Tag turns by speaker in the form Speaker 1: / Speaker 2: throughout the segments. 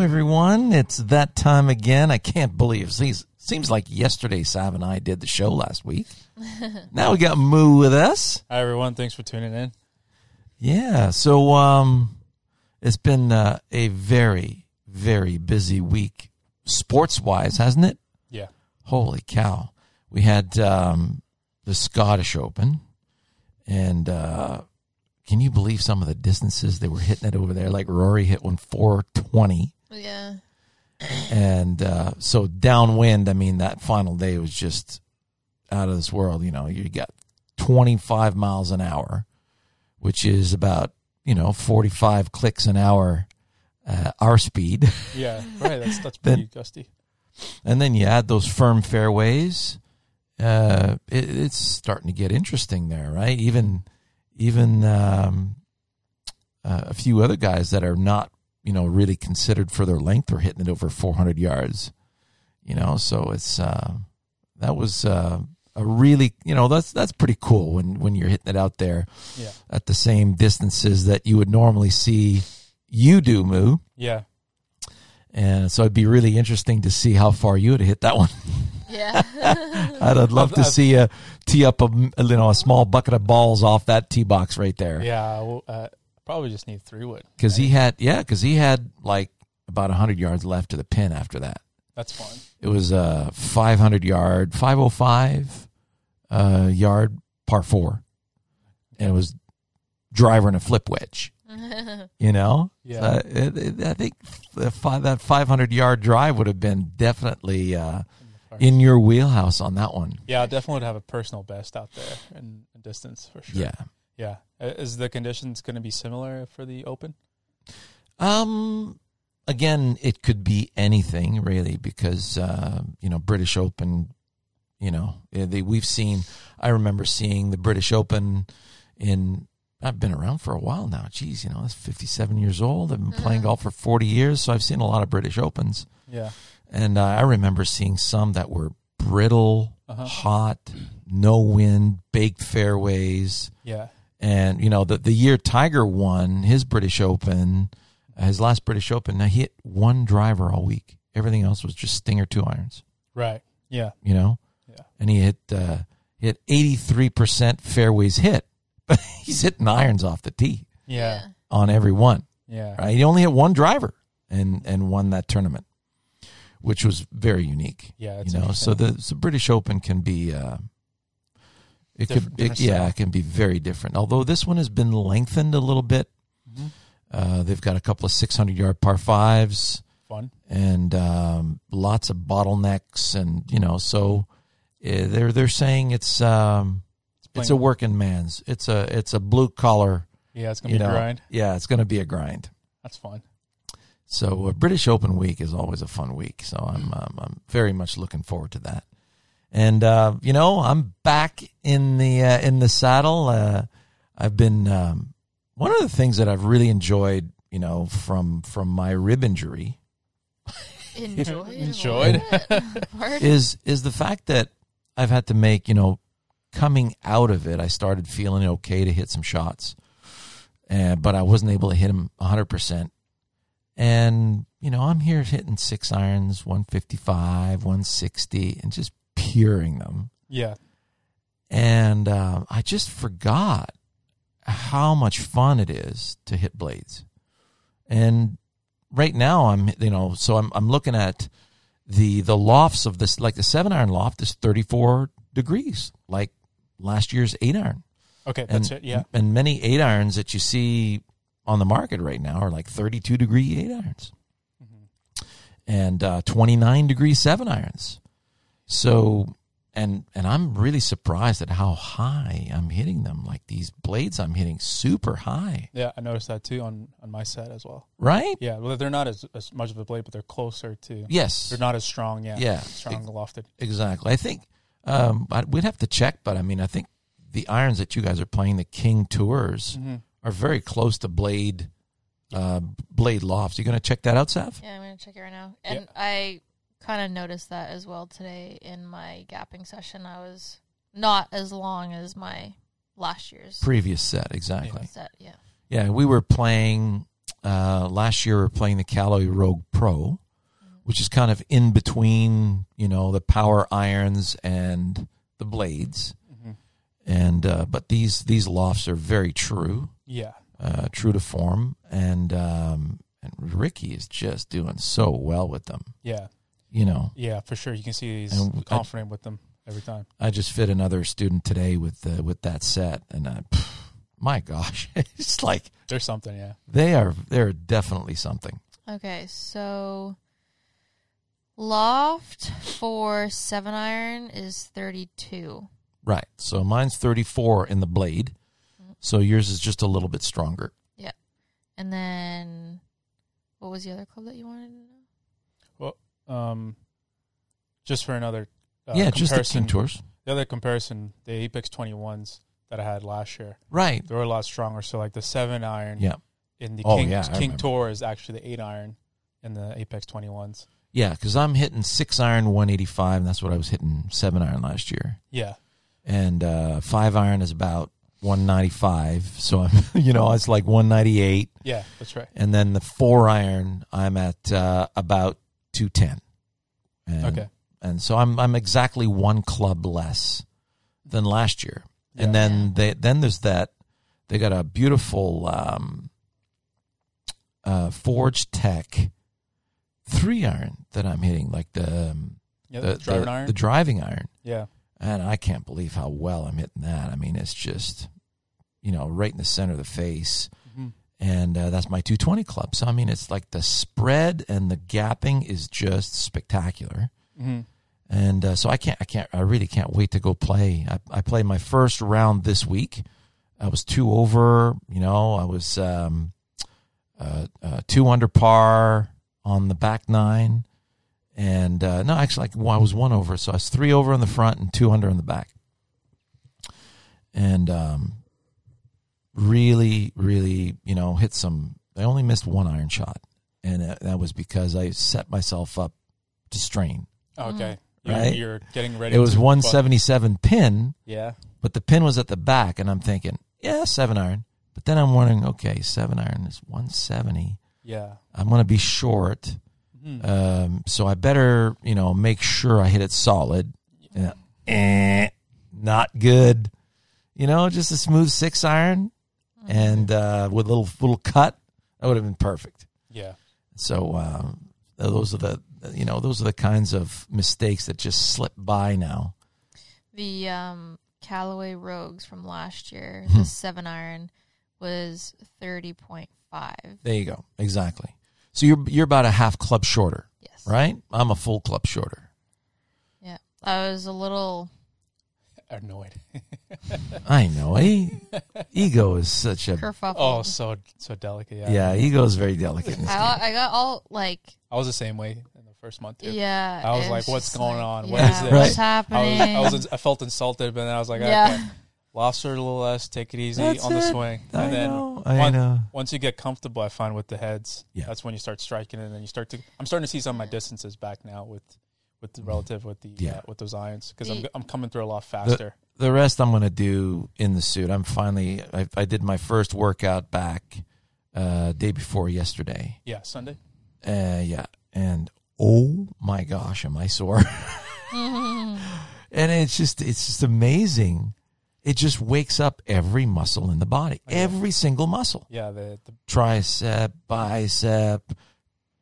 Speaker 1: everyone. It's that time again. I can't believe it seems, seems like yesterday Sav and I did the show last week. now we got Moo with us.
Speaker 2: Hi everyone, thanks for tuning in.
Speaker 1: Yeah. So um, it's been uh, a very, very busy week sports wise, hasn't it?
Speaker 2: Yeah.
Speaker 1: Holy cow. We had um, the Scottish Open, and uh, can you believe some of the distances they were hitting it over there? Like Rory hit one 420.
Speaker 3: Yeah.
Speaker 1: And uh, so downwind, I mean, that final day was just out of this world. You know, you got 25 miles an hour, which is about, you know, 45 clicks an hour, uh, our speed.
Speaker 2: Yeah, right. That's that's
Speaker 1: Then-
Speaker 2: pretty gusty.
Speaker 1: And then you add those firm fairways. Uh, it, it's starting to get interesting there, right? Even, even um, uh, a few other guys that are not, you know, really considered for their length are hitting it over 400 yards. You know, so it's uh, that was uh, a really, you know, that's that's pretty cool when when you're hitting it out there
Speaker 2: Yeah.
Speaker 1: at the same distances that you would normally see you do, Moo.
Speaker 2: Yeah.
Speaker 1: And so it'd be really interesting to see how far you would hit that one.
Speaker 3: Yeah.
Speaker 1: I'd, I'd love
Speaker 2: I've-
Speaker 1: to
Speaker 2: I've-
Speaker 1: see a tee up a m- you know a small bucket of balls off that tee box right there
Speaker 2: Yeah. Well, uh, probably just need three wood.
Speaker 1: because he had yeah because he had like about hundred yards left to the pin after that.
Speaker 2: That's fine.
Speaker 1: It was a five hundred yard five oh five uh, yard par four, and it was driver and a flip wedge. You know,
Speaker 2: Yeah.
Speaker 1: So it, it, I think the five, that five hundred yard drive would have been definitely uh, in your wheelhouse on that one.
Speaker 2: Yeah, I definitely would have a personal best out there in, in distance for sure.
Speaker 1: Yeah.
Speaker 2: Yeah. Uh, Is the conditions going to be similar for the open?
Speaker 1: Um, again, it could be anything really, because uh, you know British Open. You know, eh, they, we've seen. I remember seeing the British Open in. I've been around for a while now. Geez, you know, that's fifty-seven years old. I've been playing golf for forty years, so I've seen a lot of British Opens,
Speaker 2: Yeah.
Speaker 1: and uh, I remember seeing some that were brittle,
Speaker 2: Uh-huh.
Speaker 1: hot, no wind, baked fairways
Speaker 2: Yeah.
Speaker 1: and you know the the year Tiger won his British Open, uh, his last British Open, now he hit one driver all week. Everything else was just stinger two irons,
Speaker 2: Right. Yeah.
Speaker 1: you know.
Speaker 2: Yeah.
Speaker 1: And he hit uh, hit eighty three percent fairways hit, but he's hitting irons off the tee
Speaker 2: Yeah.
Speaker 1: on every one.
Speaker 2: Yeah.
Speaker 1: Right? He only hit one driver and and won that tournament, which was very unique.
Speaker 2: Yeah,
Speaker 1: you
Speaker 2: it's
Speaker 1: know. So the so British Open can be. Uh, it could,
Speaker 2: Different-
Speaker 1: it,
Speaker 2: different
Speaker 1: yeah,
Speaker 2: style.
Speaker 1: it can be very different. Although this one has been lengthened a little bit.
Speaker 2: Mhm.
Speaker 1: Uh, they've got a couple of 600 yard par fives
Speaker 2: Fun.
Speaker 1: and um, lots of bottlenecks, and you know, so eh, they're they're saying it's um, it's
Speaker 2: playing-
Speaker 1: a working man's, it's a it's a blue collar,
Speaker 2: Yeah, it's going
Speaker 1: you
Speaker 2: to be
Speaker 1: know,
Speaker 2: a grind.
Speaker 1: yeah, it's going to be a grind.
Speaker 2: That's fun.
Speaker 1: So uh, British Open week is always a fun week. So I'm um, I'm very much looking forward to that. And uh, you know, I'm back in the uh, in the saddle. Uh, I've been um, one of the things that I've really enjoyed, you know, from from my rib injury
Speaker 3: Enjoyed.
Speaker 2: Enjoyed.
Speaker 3: Pardon?
Speaker 1: is is the fact that I've had to make, you know, coming out of it, I started feeling okay to hit some shots. And but I wasn't able to hit them 100%. And you know, I'm here hitting 6 irons, 155, 160 and just puring them.
Speaker 2: Yeah.
Speaker 1: And uh, I just forgot how much fun it is to hit blades. And right now, I'm you know, so I'm I'm looking at the the lofts of this, like the seven iron loft is 34 degrees, like last year's eight iron.
Speaker 2: Okay.
Speaker 1: And,
Speaker 2: That's it. Yeah.
Speaker 1: And many eight irons that you see on the market right now are like 32 degree eight irons
Speaker 2: Mm-hmm.
Speaker 1: and uh, 29 degree seven irons. So, and and I'm really surprised at how high I'm hitting them. Like these blades, I'm hitting super high,
Speaker 2: Yeah. I noticed that too on, on my set as well.
Speaker 1: right?
Speaker 2: Yeah. Well, they're not as, as much of a blade, but they're closer to.
Speaker 1: Yes,
Speaker 2: They're not as strong. Yeah.
Speaker 1: Yeah.
Speaker 2: Strong lofted.
Speaker 1: exactly. I think um, I, we'd have to check, but I mean, I think the irons that you guys are playing, the King Tours, are very close to blade uh, blade lofts. You going to check that out, Sav?
Speaker 3: Yeah, I'm gonna check it right now.
Speaker 2: Yeah.
Speaker 3: And I kind of noticed that as well today in my gapping session. I was not as long as my last year's
Speaker 1: Previous set, exactly.
Speaker 3: set. Yeah.
Speaker 1: Yeah, we were playing. Uh, last year, we were playing the Callaway Rogue Pro, which is kind of in between, you know, the power irons and the blades.
Speaker 2: Mhm.
Speaker 1: And uh, but these these lofts are very true,
Speaker 2: Yeah.
Speaker 1: uh, true to form, and um, and Ricky is just doing so well with them.
Speaker 2: Yeah.
Speaker 1: You know,
Speaker 2: Yeah, for sure. You can see he's
Speaker 1: And w- I-
Speaker 2: confident with them every time.
Speaker 1: I just fit another student today with uh, with that set, and I, pff, my gosh, it's like
Speaker 2: There's something, yeah.
Speaker 1: they are they're definitely something.
Speaker 3: Okay, so loft for seven iron is thirty two.
Speaker 1: Right. So mine's 34 in the blade. So yours is just a little bit stronger.
Speaker 3: And then what was the other club that you wanted to know?
Speaker 2: Um, just for another uh,
Speaker 1: yeah, just the
Speaker 2: comparison,
Speaker 1: contours.
Speaker 2: the other comparison, the Apex 21s that I had last year,
Speaker 1: Right.
Speaker 2: they were a lot stronger. So like the seven iron
Speaker 1: Yeah.
Speaker 2: in the
Speaker 1: Oh,
Speaker 2: King,
Speaker 1: yeah, I
Speaker 2: King
Speaker 1: remember.
Speaker 2: Tour is actually the eight iron in the Apex 21s.
Speaker 1: Yeah, because I'm hitting six iron 185, and that's what I was hitting seven iron last year.
Speaker 2: Yeah,
Speaker 1: And uh, five iron is about 195. So I'm, you know, it's like 198.
Speaker 2: yeah, that's right.
Speaker 1: And then the four iron, I'm at uh, about 210. And,
Speaker 2: Okay.
Speaker 1: And so I'm I'm exactly one club less than last year.
Speaker 2: Yeah.
Speaker 1: And then they then there's that they got a beautiful um, uh, forge tech three iron that I'm hitting like the um,
Speaker 2: Yeah,
Speaker 1: the,
Speaker 2: driving
Speaker 1: the-
Speaker 2: iron.
Speaker 1: the driving iron
Speaker 2: yeah,
Speaker 1: and I can't believe how well I'm hitting that. I mean it's just you know right in the center of the face
Speaker 2: Mhm.
Speaker 1: and uh, that's my 220 club. So I mean it's like the spread and the gapping is just spectacular
Speaker 2: Mhm.
Speaker 1: and uh, so I can't, I can't, I really can't wait to go play. I, I played my first round this week. I was two over, you know, I was um, uh, uh, two under par on the back nine, and uh, no, actually, like well, I was one over, so I was three over on the front and two under on the back, and um, really, really, you know, hit some. I only missed one iron shot, and uh, that was because I set myself up to strain.
Speaker 3: Mm.
Speaker 2: Okay,
Speaker 1: Right?
Speaker 2: you're, you're getting ready.
Speaker 1: It was
Speaker 2: to-
Speaker 1: 177 pin,
Speaker 2: Yeah,
Speaker 1: but the pin was at the back, and I'm thinking, yeah, seven iron. But then I'm wondering, okay, seven iron is 170.
Speaker 2: yeah.
Speaker 1: I'm going to be short,
Speaker 2: Mhm.
Speaker 1: um, so I better, you know, make sure I hit it solid. Yeah. Eh, not good. You know, just a smooth six iron, and uh, with a little little cut, that would have been perfect.
Speaker 2: yeah.
Speaker 1: So um, those are the you know those are the kinds of mistakes that just slip by now.
Speaker 3: The um, Callaway Rogues from last year,
Speaker 1: Hmm.
Speaker 3: the seven iron was thirty point five.
Speaker 1: There you go. Exactly. So you're you're about a half club shorter,
Speaker 3: Yes.
Speaker 1: right? I'm a full club shorter.
Speaker 3: Yeah. I was a little
Speaker 2: Annoyed.
Speaker 1: I know. Eh? Ego is such a
Speaker 3: kerfuffle.
Speaker 2: Oh, so so delicate. Yeah.
Speaker 1: yeah. Ego is very delicate. In this game.
Speaker 3: I, I got all like
Speaker 2: I was the same way in the first month too.
Speaker 3: yeah.
Speaker 2: I was
Speaker 3: it
Speaker 2: like,
Speaker 3: just
Speaker 2: what's going on? What
Speaker 3: yeah,
Speaker 2: is
Speaker 1: this? Right.
Speaker 3: What's
Speaker 2: I
Speaker 3: happening?
Speaker 2: was, I was, ins- I felt insulted, but then I was like,
Speaker 3: Yeah.
Speaker 2: okay, lobster a little less, take it easy
Speaker 1: That's
Speaker 2: on the
Speaker 1: it.
Speaker 2: swing,
Speaker 1: I
Speaker 2: and then
Speaker 1: know. I
Speaker 2: one-
Speaker 1: know.
Speaker 2: once you get comfortable, I find with the heads,
Speaker 1: Yeah.
Speaker 2: that's when you start striking, and then you start to. I'm starting to see some of my distances back now with, with the relative with the
Speaker 1: Mm. Yeah.
Speaker 2: uh, with those irons because I'm
Speaker 3: The-
Speaker 2: I'm coming through a lot faster.
Speaker 1: The rest I'm going to do in the suit. I'm finally. I, I did my first workout back uh, day before yesterday.
Speaker 2: yeah, Sunday.
Speaker 1: Uh, yeah, and oh my gosh, am I sore? and it's just it's just amazing. It just wakes up every muscle in the body,
Speaker 2: yeah.
Speaker 1: every single muscle.
Speaker 2: Yeah, the, the
Speaker 1: tricep, bicep,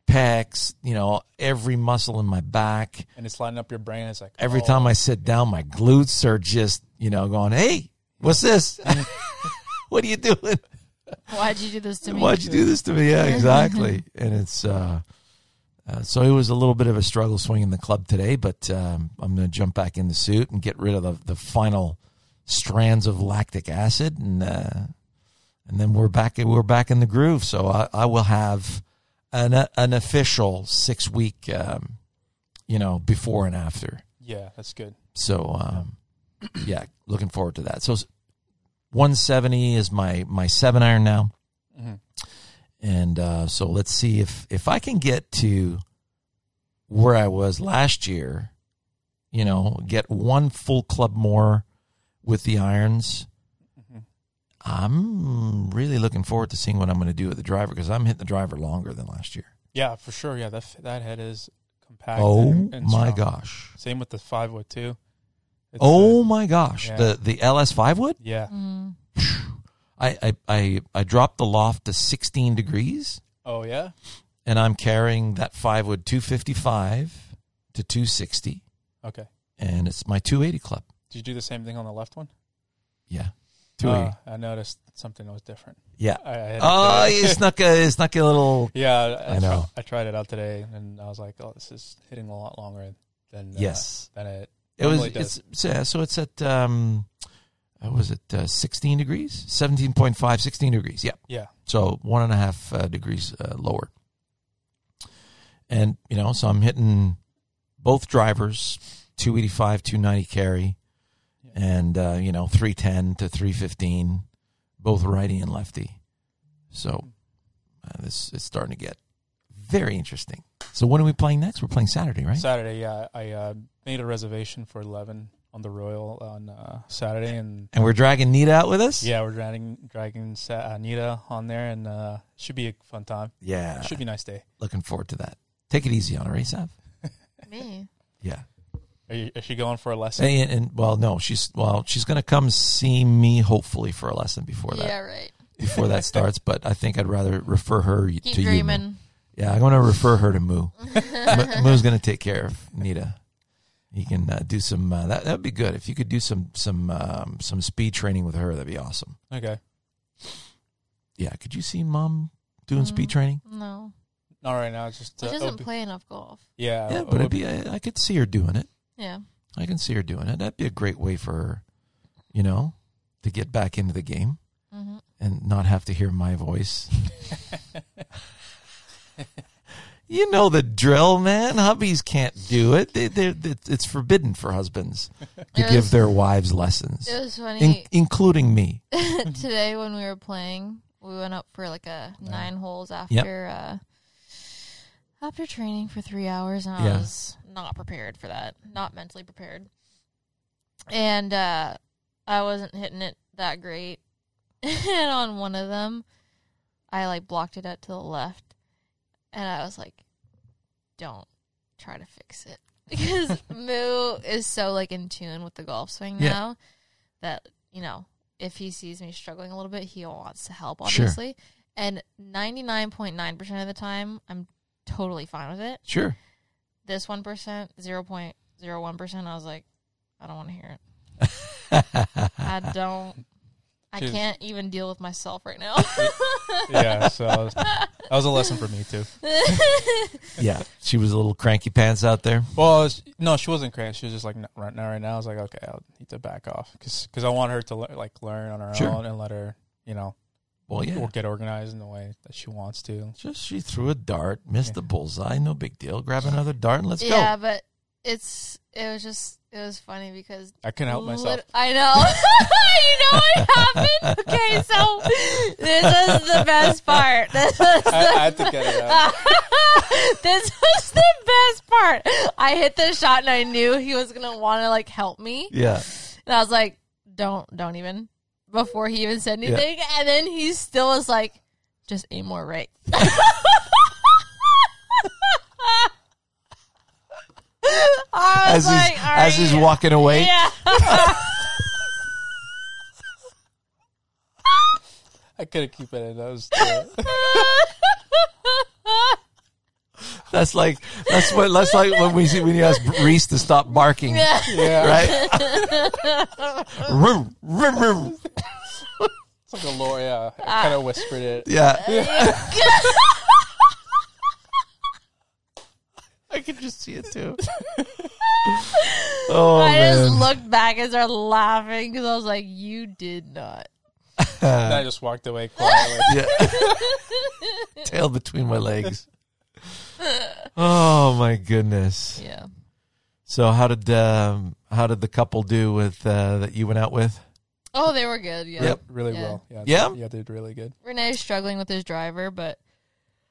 Speaker 1: pecs, you know, every muscle in my back.
Speaker 2: and it's lining up your brain. It's like oh,
Speaker 1: Every time I sit down, my glutes are just, you know, going, hey, what's this? what are you doing?
Speaker 3: Why'd you do this to me?
Speaker 1: Why'd you do this to me? Yeah, exactly. and it's, uh, uh, so it was a little bit of a struggle swinging the club today, but um, I'm going to jump back in the suit and get rid of the, the final strands of lactic acid, and uh, and then we're back we're back in the groove. So I, I will have an an official six week, um, you know, before and after.
Speaker 2: yeah, that's good.
Speaker 1: So um, yeah, looking forward to that. So 170 is my my seven iron now,
Speaker 2: Mhm.
Speaker 1: and uh, so let's see if if I can get to where I was last year. You know, get one full club more with the irons.
Speaker 2: Mhm.
Speaker 1: I'm really looking forward to seeing what I'm going to do at the driver because I'm hitting the driver longer than last year.
Speaker 2: Yeah, for sure. Yeah, that f- that head is compact.
Speaker 1: oh
Speaker 2: and- and
Speaker 1: my
Speaker 2: strong.
Speaker 1: gosh!
Speaker 2: Same with the five wood too. It's,
Speaker 1: oh
Speaker 2: uh,
Speaker 1: my gosh!
Speaker 2: yeah.
Speaker 1: The the LS five wood.
Speaker 2: yeah.
Speaker 3: Mm.
Speaker 1: I, I I I dropped the loft to 16 degrees,
Speaker 2: Oh yeah.
Speaker 1: and I'm carrying that five wood 255 to 260,
Speaker 2: Okay.
Speaker 1: and it's my 280 club.
Speaker 2: Did you do the same thing on the left one?
Speaker 1: Yeah, 280.
Speaker 2: Uh, I noticed something was different.
Speaker 1: yeah.
Speaker 2: I, I had it
Speaker 1: Oh,
Speaker 2: today.
Speaker 1: you snuck a you snuck a little.
Speaker 2: yeah. I,
Speaker 1: I know.
Speaker 2: I tried it out today, and I was like, "Oh, this is hitting a lot longer than uh,
Speaker 1: Yes,
Speaker 2: than it."
Speaker 1: it was.
Speaker 2: normally does.
Speaker 1: It's so, yeah, so it's at um, what was it uh, 16 degrees, 17.5, 16 degrees. Yeah.
Speaker 2: Yeah.
Speaker 1: so one and a half uh, degrees uh, lower. And you know, so I'm hitting both drivers, 285, 290 carry, and uh, you know, 310 to 315, both righty and lefty. So uh, this it's starting to get very interesting. So when are we playing next? We're playing Saturday, right?
Speaker 2: Saturday, yeah, I uh, made a reservation for eleven on the Royal on uh, Saturday, and
Speaker 1: and we're dragging Nita out with us.
Speaker 2: yeah, we're dragging dragging Sa- uh, Nita on there, and uh, should be a fun time.
Speaker 1: yeah.
Speaker 2: Should be a nice day.
Speaker 1: Looking forward to that. Take it easy on her, ASAP.
Speaker 3: Me.
Speaker 1: Yeah.
Speaker 2: Are you, is she going for a lesson?
Speaker 1: And, and well, no, she's well, she's going to come see me hopefully for a lesson before that
Speaker 3: Yeah, right.
Speaker 1: before that starts. But I think I'd rather refer her
Speaker 3: Keep
Speaker 1: to you. Moo.
Speaker 3: dreaming.
Speaker 1: Yeah, I'm going to refer her to Moo. Mo- Moo's going to take care of Nita. You can uh, do some uh, that. That'd be good if you could do some some um, some speed training with her. That'd be awesome.
Speaker 2: Okay,
Speaker 1: Yeah, could you see mom doing speed
Speaker 3: Mm.
Speaker 1: training?
Speaker 3: No.
Speaker 2: not right now. It's just
Speaker 3: He
Speaker 2: uh,
Speaker 3: doesn't
Speaker 2: it'll be-
Speaker 3: play enough golf.
Speaker 2: Yeah,
Speaker 1: yeah,
Speaker 2: it
Speaker 1: but
Speaker 2: would
Speaker 1: it'd be I, I could see her doing it.
Speaker 3: Yeah.
Speaker 1: I can see her doing it. That'd be a great way for her, you know, to get back into the game
Speaker 3: hmm
Speaker 1: and not have to hear my voice. You know the drill, man. Hubbies can't do it. They, they, they- it's forbidden for husbands to
Speaker 3: It
Speaker 1: give
Speaker 3: was-
Speaker 1: their wives lessons,
Speaker 3: It was
Speaker 1: in,
Speaker 3: funny.
Speaker 1: including me.
Speaker 3: Today when we were playing, we went up for like a nine holes after uh, after training for three hours, and I
Speaker 1: Yeah.
Speaker 3: was not prepared for that, not mentally prepared, and uh, I wasn't hitting it that great. and on one of them, I like blocked it out to the left, and I was like, "Don't try to fix it," because Moo is so like in tune with the golf swing
Speaker 1: Yeah.
Speaker 3: now that you know if he sees me struggling a little bit, he wants to help,
Speaker 1: Sure.
Speaker 3: obviously. And ninety nine point nine percent of the time, I'm totally fine with it.
Speaker 1: Sure.
Speaker 3: This one percent, zero point zero one percent, I was like, I don't want to hear it. I don't. I
Speaker 2: She's-
Speaker 3: can't even deal with myself right now.
Speaker 2: yeah. So I was, that was a lesson for me too.
Speaker 1: yeah, she was a little cranky pants out there.
Speaker 2: Well, it's- no, she wasn't cramped. She was just like "No, right now. Right now, I was like, okay, I'll need to back off because I want her to le- like learn on her
Speaker 1: Sure.
Speaker 2: own and let her, you know,
Speaker 1: Well, yeah.
Speaker 2: or get organized in the way that she wants to.
Speaker 1: Just she threw a dart, missed
Speaker 2: Yeah.
Speaker 1: the bullseye. No big deal. Grab another dart and let's
Speaker 3: yeah,
Speaker 1: go.
Speaker 3: but it's it was just it was funny because
Speaker 2: I couldn't help myself.
Speaker 3: Lit- I know. you know what happened? Okay, so this was the best part. This was the,
Speaker 2: I, I had to get it out.
Speaker 3: this was the best part. I hit the shot and I knew he was gonna want to like help me,
Speaker 1: Yeah,
Speaker 3: and I was like, "Don't, don't even." Before he even said anything, and then he still was like, "Just aim more right." I was
Speaker 1: as
Speaker 3: like,
Speaker 1: he's
Speaker 3: "Are
Speaker 1: as he's
Speaker 3: you-
Speaker 1: walking away.
Speaker 3: yeah.
Speaker 2: I couldn't keep it in. That was uh,
Speaker 1: That's like that's what that's like when we see when you ask Reese to stop barking,
Speaker 2: yeah.
Speaker 1: right? Vroom, vroom, vroom.
Speaker 2: It's like a lore. Yeah,
Speaker 3: Uh,
Speaker 2: I kind of whispered it.
Speaker 1: Yeah. I can just see it too. oh
Speaker 3: I
Speaker 1: man.
Speaker 3: just looked back and started laughing because I was like, "You did not."
Speaker 2: And I just walked away quietly.
Speaker 1: yeah. Tail between my legs. Oh my goodness.
Speaker 3: Yeah,
Speaker 1: So how did um, how did the couple do with uh, that you went out with?
Speaker 3: Oh, they were good. Yeah.
Speaker 1: Yep.
Speaker 2: Really
Speaker 3: Yeah.
Speaker 2: well. Yeah.
Speaker 1: Yeah?
Speaker 2: Yeah, they did really good.
Speaker 3: Renee's struggling with his driver, but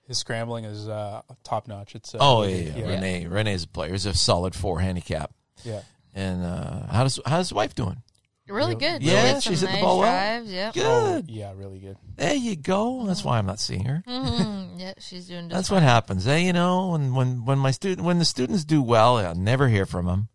Speaker 2: His scrambling is uh, top notch. It's uh,
Speaker 1: Oh yeah,
Speaker 2: really-
Speaker 1: yeah.
Speaker 2: yeah.
Speaker 1: Renee Renee's a player. He's a solid four handicap.
Speaker 2: yeah.
Speaker 1: And uh, how does how's his wife doing?
Speaker 3: Really
Speaker 2: Really-
Speaker 3: good.
Speaker 1: Yeah,
Speaker 3: She,
Speaker 1: she
Speaker 3: did some
Speaker 1: hit the
Speaker 3: nice
Speaker 1: ball well.
Speaker 3: drives. Yep.
Speaker 2: Oh,
Speaker 1: Good.
Speaker 2: yeah, really good.
Speaker 1: There you go. That's why I'm not seeing her.
Speaker 3: Mhm. yeah, she's doing just
Speaker 1: That's what happens. Hey, you know, when when when my student when the students do well, I never hear from them.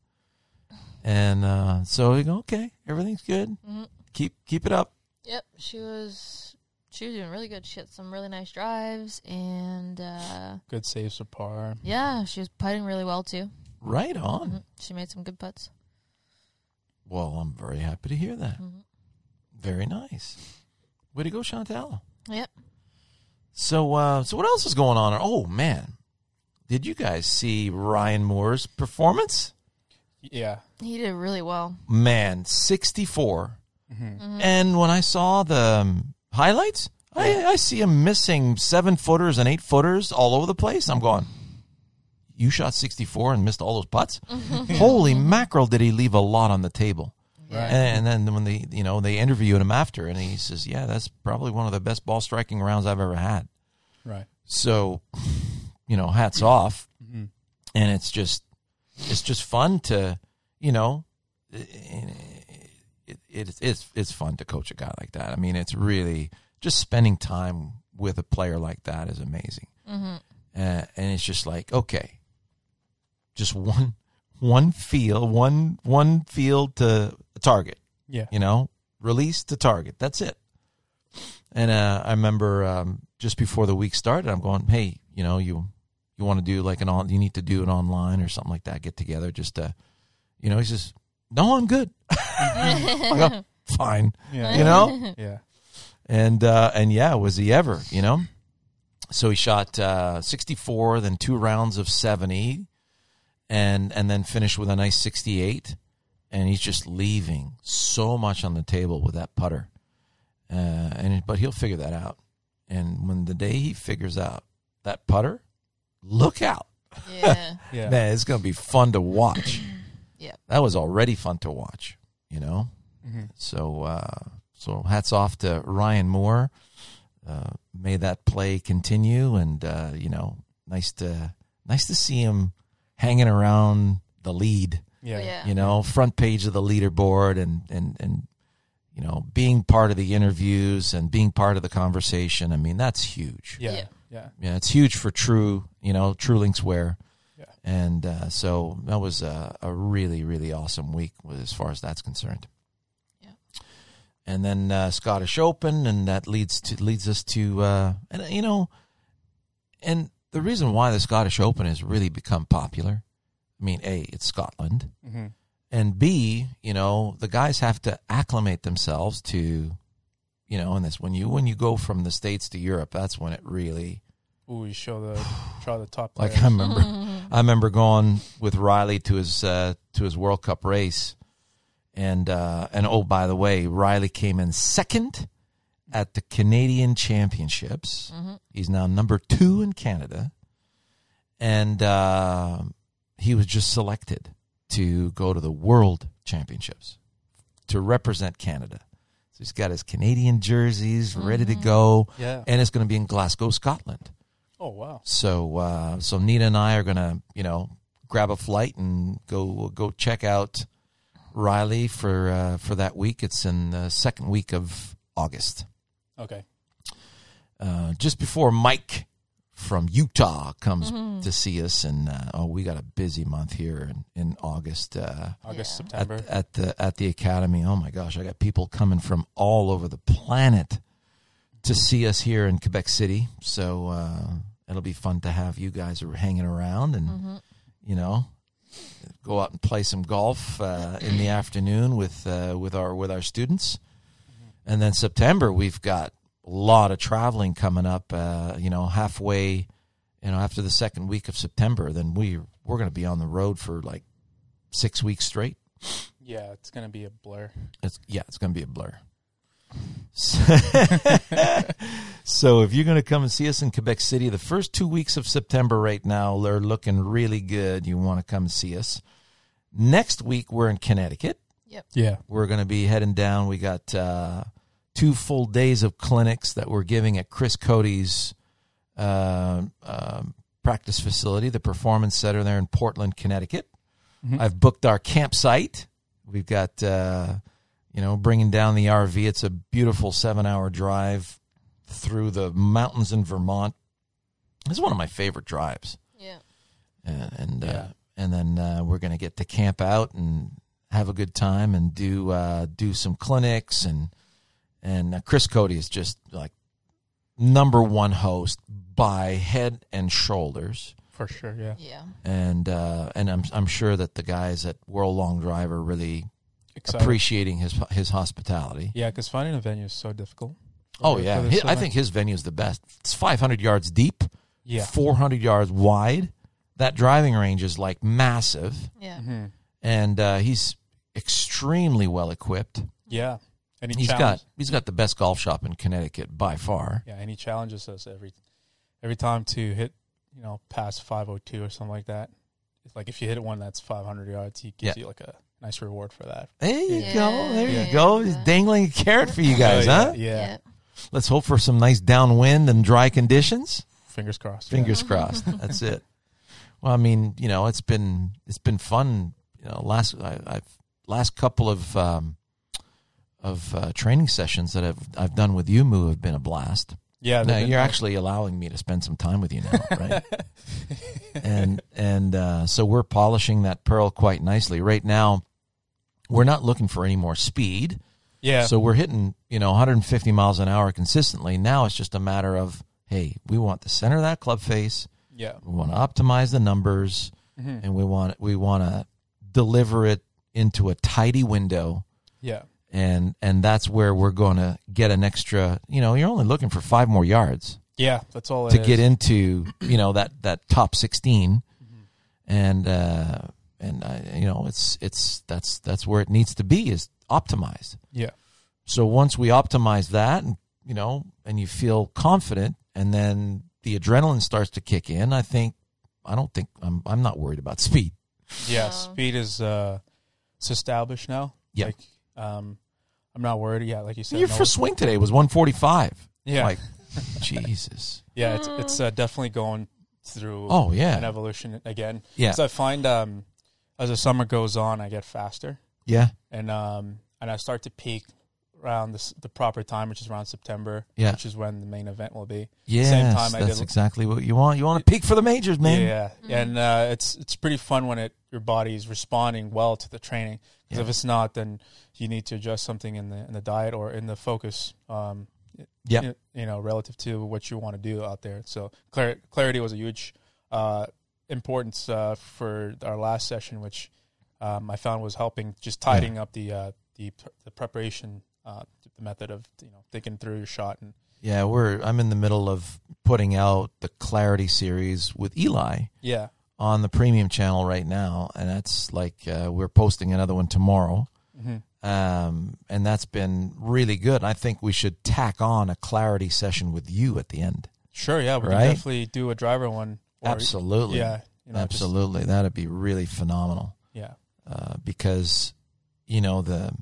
Speaker 1: And uh, so we go, okay, everything's good.
Speaker 3: Mhm.
Speaker 1: Keep keep it up.
Speaker 3: Yep, she was she was doing really good. She had some really nice drives, and uh,
Speaker 2: Good saves for par.
Speaker 3: yeah, she was putting really well too.
Speaker 1: Right on.
Speaker 3: Mhm. She made some good putts.
Speaker 1: Well, I'm very happy to hear that.
Speaker 3: Mhm.
Speaker 1: Very nice. Way to go, Chantal.
Speaker 3: Yep.
Speaker 1: So uh, so what else is going on? Oh man, did you guys see Ryan Moore's performance?
Speaker 2: Yeah.
Speaker 3: He did really well.
Speaker 1: Man, 64
Speaker 2: Mm-hmm.
Speaker 3: Mhm.
Speaker 1: And when I saw the um, highlights, I, I see him missing seven footers and eight footers all over the place. I'm going, you shot 64 and missed all those putts. Holy mackerel! Did he leave a lot on the table?
Speaker 2: Right.
Speaker 1: And, and then when they, you know, they interviewed him after, and he says, "Yeah, that's probably one of the best ball striking rounds I've ever had."
Speaker 2: Right.
Speaker 1: So, you know, hats off
Speaker 2: Mm-hmm.
Speaker 1: and it's just it's just fun to you know it, it, it's it's fun to coach a guy like that. I mean, it's really just spending time with a player like that is amazing.
Speaker 3: Mhm.
Speaker 1: Uh, and it's just like okay, just one one field, one one field to a target.
Speaker 2: Yeah.
Speaker 1: You know, release to target. That's it. And uh, I remember um, just before the week started, I'm going, hey, you know, you you want to do like an on, you need to do it online or something like that. Get together, just to, you know, he says, no, I'm good. I go, Fine,
Speaker 2: Yeah.
Speaker 1: you know.
Speaker 2: Yeah.
Speaker 1: And uh, and yeah, was he ever? You know. So he shot uh, 64, then two rounds of 70, and and then finished with a nice 68. And he's just leaving so much on the table with that putter. Uh, and but he'll figure that out. And when the day he figures out that putter, look out!
Speaker 3: yeah.
Speaker 2: Yeah.
Speaker 1: Man, it's going to be fun to watch.
Speaker 3: Yeah.
Speaker 1: that was already fun to watch. You know.
Speaker 2: Mm-hmm.
Speaker 1: So uh, so hats off to Ryan Moore. Uh, may that play continue, and uh, you know, nice to nice to see him hanging around the lead.
Speaker 2: Yeah.
Speaker 3: Yeah.
Speaker 1: You know, front page of the leaderboard, and and and you know, being part of the interviews and being part of the conversation. I mean, that's huge.
Speaker 2: Yeah.
Speaker 3: Yeah.
Speaker 2: Yeah.
Speaker 1: Yeah, it's huge for True, you know, True Links wear.
Speaker 2: Yeah.
Speaker 1: And uh, so that was a, a really, really awesome week with- as far as that's concerned.
Speaker 3: Yeah.
Speaker 1: And then uh, Scottish Open, and that leads to leads us to, uh, and uh, you know, and the reason why the Scottish Open has really become popular, I mean, a it's Scotland,
Speaker 2: Mm-hmm.
Speaker 1: and B, you know, the guys have to acclimate themselves to, you know, and this when you when you go from the states to Europe, that's when it really
Speaker 2: Ooh, you show the try the top.
Speaker 1: like
Speaker 2: players.
Speaker 1: I remember,
Speaker 3: Mm-hmm.
Speaker 1: I remember going with Riley to his uh, to his World Cup race, and uh, and oh by the way, Riley came in second at the Canadian Championships.
Speaker 3: Mhm.
Speaker 1: He's now number two in Canada, and uh, he was just selected to go to the World Championships to represent Canada. So he's got his Canadian jerseys ready to go,
Speaker 2: Yeah.
Speaker 1: and it's going to be in Glasgow, Scotland.
Speaker 2: Oh wow.
Speaker 1: So uh, so Nita and I are gonna you know grab a flight and go go check out Riley for uh, for that week. It's in the second week of August,
Speaker 2: Okay.
Speaker 1: uh, just before Mike from Utah comes
Speaker 3: Mm-hmm.
Speaker 1: to see us, and uh, oh, we got a busy month here in, in August. Uh,
Speaker 2: August,
Speaker 3: Yeah.
Speaker 1: at,
Speaker 2: September.
Speaker 1: at the at the academy. Oh my gosh, I got people coming from all over the planet to see us here in Quebec City. So uh, it'll be fun to have you guys are hanging around and
Speaker 3: Mm-hmm.
Speaker 1: you know go out and play some golf uh, in the afternoon with uh, with our with our students. And then September we've got a lot of traveling coming up. Uh, you know, halfway. You know, after the second week of September, then we we're going to be on the road for like six weeks straight.
Speaker 2: yeah, it's gonna be a blur.
Speaker 1: It's yeah, it's going to be a blur. So, so if you're going to come and see us in Quebec City, the first two weeks of September right now they're looking really good. You want to come and see us. Next week we're in Connecticut.
Speaker 2: Yeah.
Speaker 1: We're going to be heading down. We got uh, two full days of clinics that we're giving at Chris Cody's uh, um practice facility, the Performance Center there in Portland, Connecticut.
Speaker 2: Mhm.
Speaker 1: I've booked our campsite. We've got uh, you know, bringing down the RV. It's a beautiful seven hour drive through the mountains in Vermont. This is one of my favorite drives.
Speaker 3: Yeah.
Speaker 1: and and, uh,
Speaker 2: Yeah.
Speaker 1: and then uh, we're gonna get to camp out and have a good time and do uh, do some clinics and and uh, Chris Cody is just like number one host by head and shoulders
Speaker 2: for sure. Yeah,
Speaker 3: Yeah.
Speaker 1: and uh, and I'm I'm sure that the guys at World Long Drive are really
Speaker 2: excited.
Speaker 1: appreciating his his hospitality.
Speaker 2: yeah, because finding a venue is so difficult.
Speaker 1: Oh
Speaker 2: For
Speaker 1: yeah,
Speaker 2: the
Speaker 1: Hi- I
Speaker 2: summer.
Speaker 1: think his venue is the best. It's 500 yards deep,
Speaker 2: Yeah.
Speaker 1: 400 yards wide. That driving range is like massive.
Speaker 3: Yeah.
Speaker 2: hmm
Speaker 1: and uh, he's extremely well equipped.
Speaker 2: Yeah. And he
Speaker 1: He's
Speaker 2: challenged-
Speaker 1: got he's got the best golf shop in Connecticut by far.
Speaker 2: Yeah, and he challenges us every every time to hit, you know, past 502 or something like that. It's like if you hit one that's 500 yards, he gives you like a nice reward for that.
Speaker 1: There you
Speaker 3: Yeah.
Speaker 1: go, there
Speaker 3: Yeah.
Speaker 1: you go. He's dangling a carrot for you guys,
Speaker 2: Oh, yeah,
Speaker 1: huh?
Speaker 2: Yeah.
Speaker 3: Yeah.
Speaker 1: Let's hope for some nice downwind and dry conditions.
Speaker 2: Fingers crossed. yeah.
Speaker 1: Fingers crossed. That's it. Well, I mean, you know, it's been it's been fun. You know, last I, I've last couple of um, of uh, training sessions that I've I've done with you, Moo, have been a blast.
Speaker 2: Yeah.
Speaker 1: No,
Speaker 2: they've been-
Speaker 1: you're actually allowing me to spend some time with you now, right? and and uh, so we're polishing that pearl quite nicely right now. We're not looking for any more speed,
Speaker 2: Yeah.
Speaker 1: so we're hitting you know 150 miles an hour consistently. Now it's just a matter of hey, we want the center of that club face.
Speaker 2: yeah.
Speaker 1: We want to optimize the numbers,
Speaker 2: Mhm.
Speaker 1: and we want we want to deliver it into a tidy window
Speaker 2: Yeah.
Speaker 1: and and that's where we're going to get an extra you know you're only looking for five more yards
Speaker 2: Yeah, that's all it
Speaker 1: to
Speaker 2: is.
Speaker 1: get into you know that that top 16
Speaker 2: Mm-hmm.
Speaker 1: and uh and I, you know it's it's that's that's where it needs to be is optimized
Speaker 2: Yeah.
Speaker 1: so once we optimize that and you know and you feel confident and then the adrenaline starts to kick in i think i don't think i'm i'm not worried about speed
Speaker 2: Yeah,
Speaker 3: So-
Speaker 2: speed is uh it's established now.
Speaker 1: Yeah.
Speaker 2: Like um I'm not worried. Yeah, like you said.
Speaker 1: your
Speaker 2: no-
Speaker 1: first swing today was 145
Speaker 2: yeah.
Speaker 1: like jesus
Speaker 2: yeah, it's it's uh, definitely going through
Speaker 1: oh
Speaker 2: an
Speaker 1: yeah
Speaker 2: evolution again.
Speaker 1: Yeah.
Speaker 2: So I find um, as the summer goes on, I get faster,
Speaker 1: yeah
Speaker 2: and um, and I start to peak around this, the proper time, which is around September,
Speaker 1: Yeah.
Speaker 2: which is when the main event will be.
Speaker 1: Yes,
Speaker 2: time I
Speaker 1: that's
Speaker 2: did-
Speaker 1: exactly what you want. You want to peak for the majors, man.
Speaker 2: Yeah, and uh, it's it's pretty fun when it your body is responding well to the training. 'Cause if
Speaker 1: Yeah.
Speaker 2: it's not, then you need to adjust something in the in the diet or in the focus. Um,
Speaker 1: Yep.
Speaker 2: you- you know, relative to what you want to do out there. So clar- clarity was a huge uh, importance uh, for our last session, which um, I found was helping just tidying up the uh, the pr- the preparation, uh, the method of you know thinking through your shot and
Speaker 1: Yeah, we're I'm in the middle of putting out the Clarity series with Eli
Speaker 2: yeah,
Speaker 1: on the premium channel right now, and that's like uh, we're posting another one tomorrow.
Speaker 2: Mhm.
Speaker 1: Um, and that's been really good. I think we should tack on a Clarity session with you at the end.
Speaker 2: sure, yeah, we
Speaker 1: Right.
Speaker 2: can definitely do a driver one. or-
Speaker 1: Absolutely,
Speaker 2: yeah, you know, just-
Speaker 1: absolutely. That'd be really phenomenal.
Speaker 2: yeah,
Speaker 1: uh, because you know the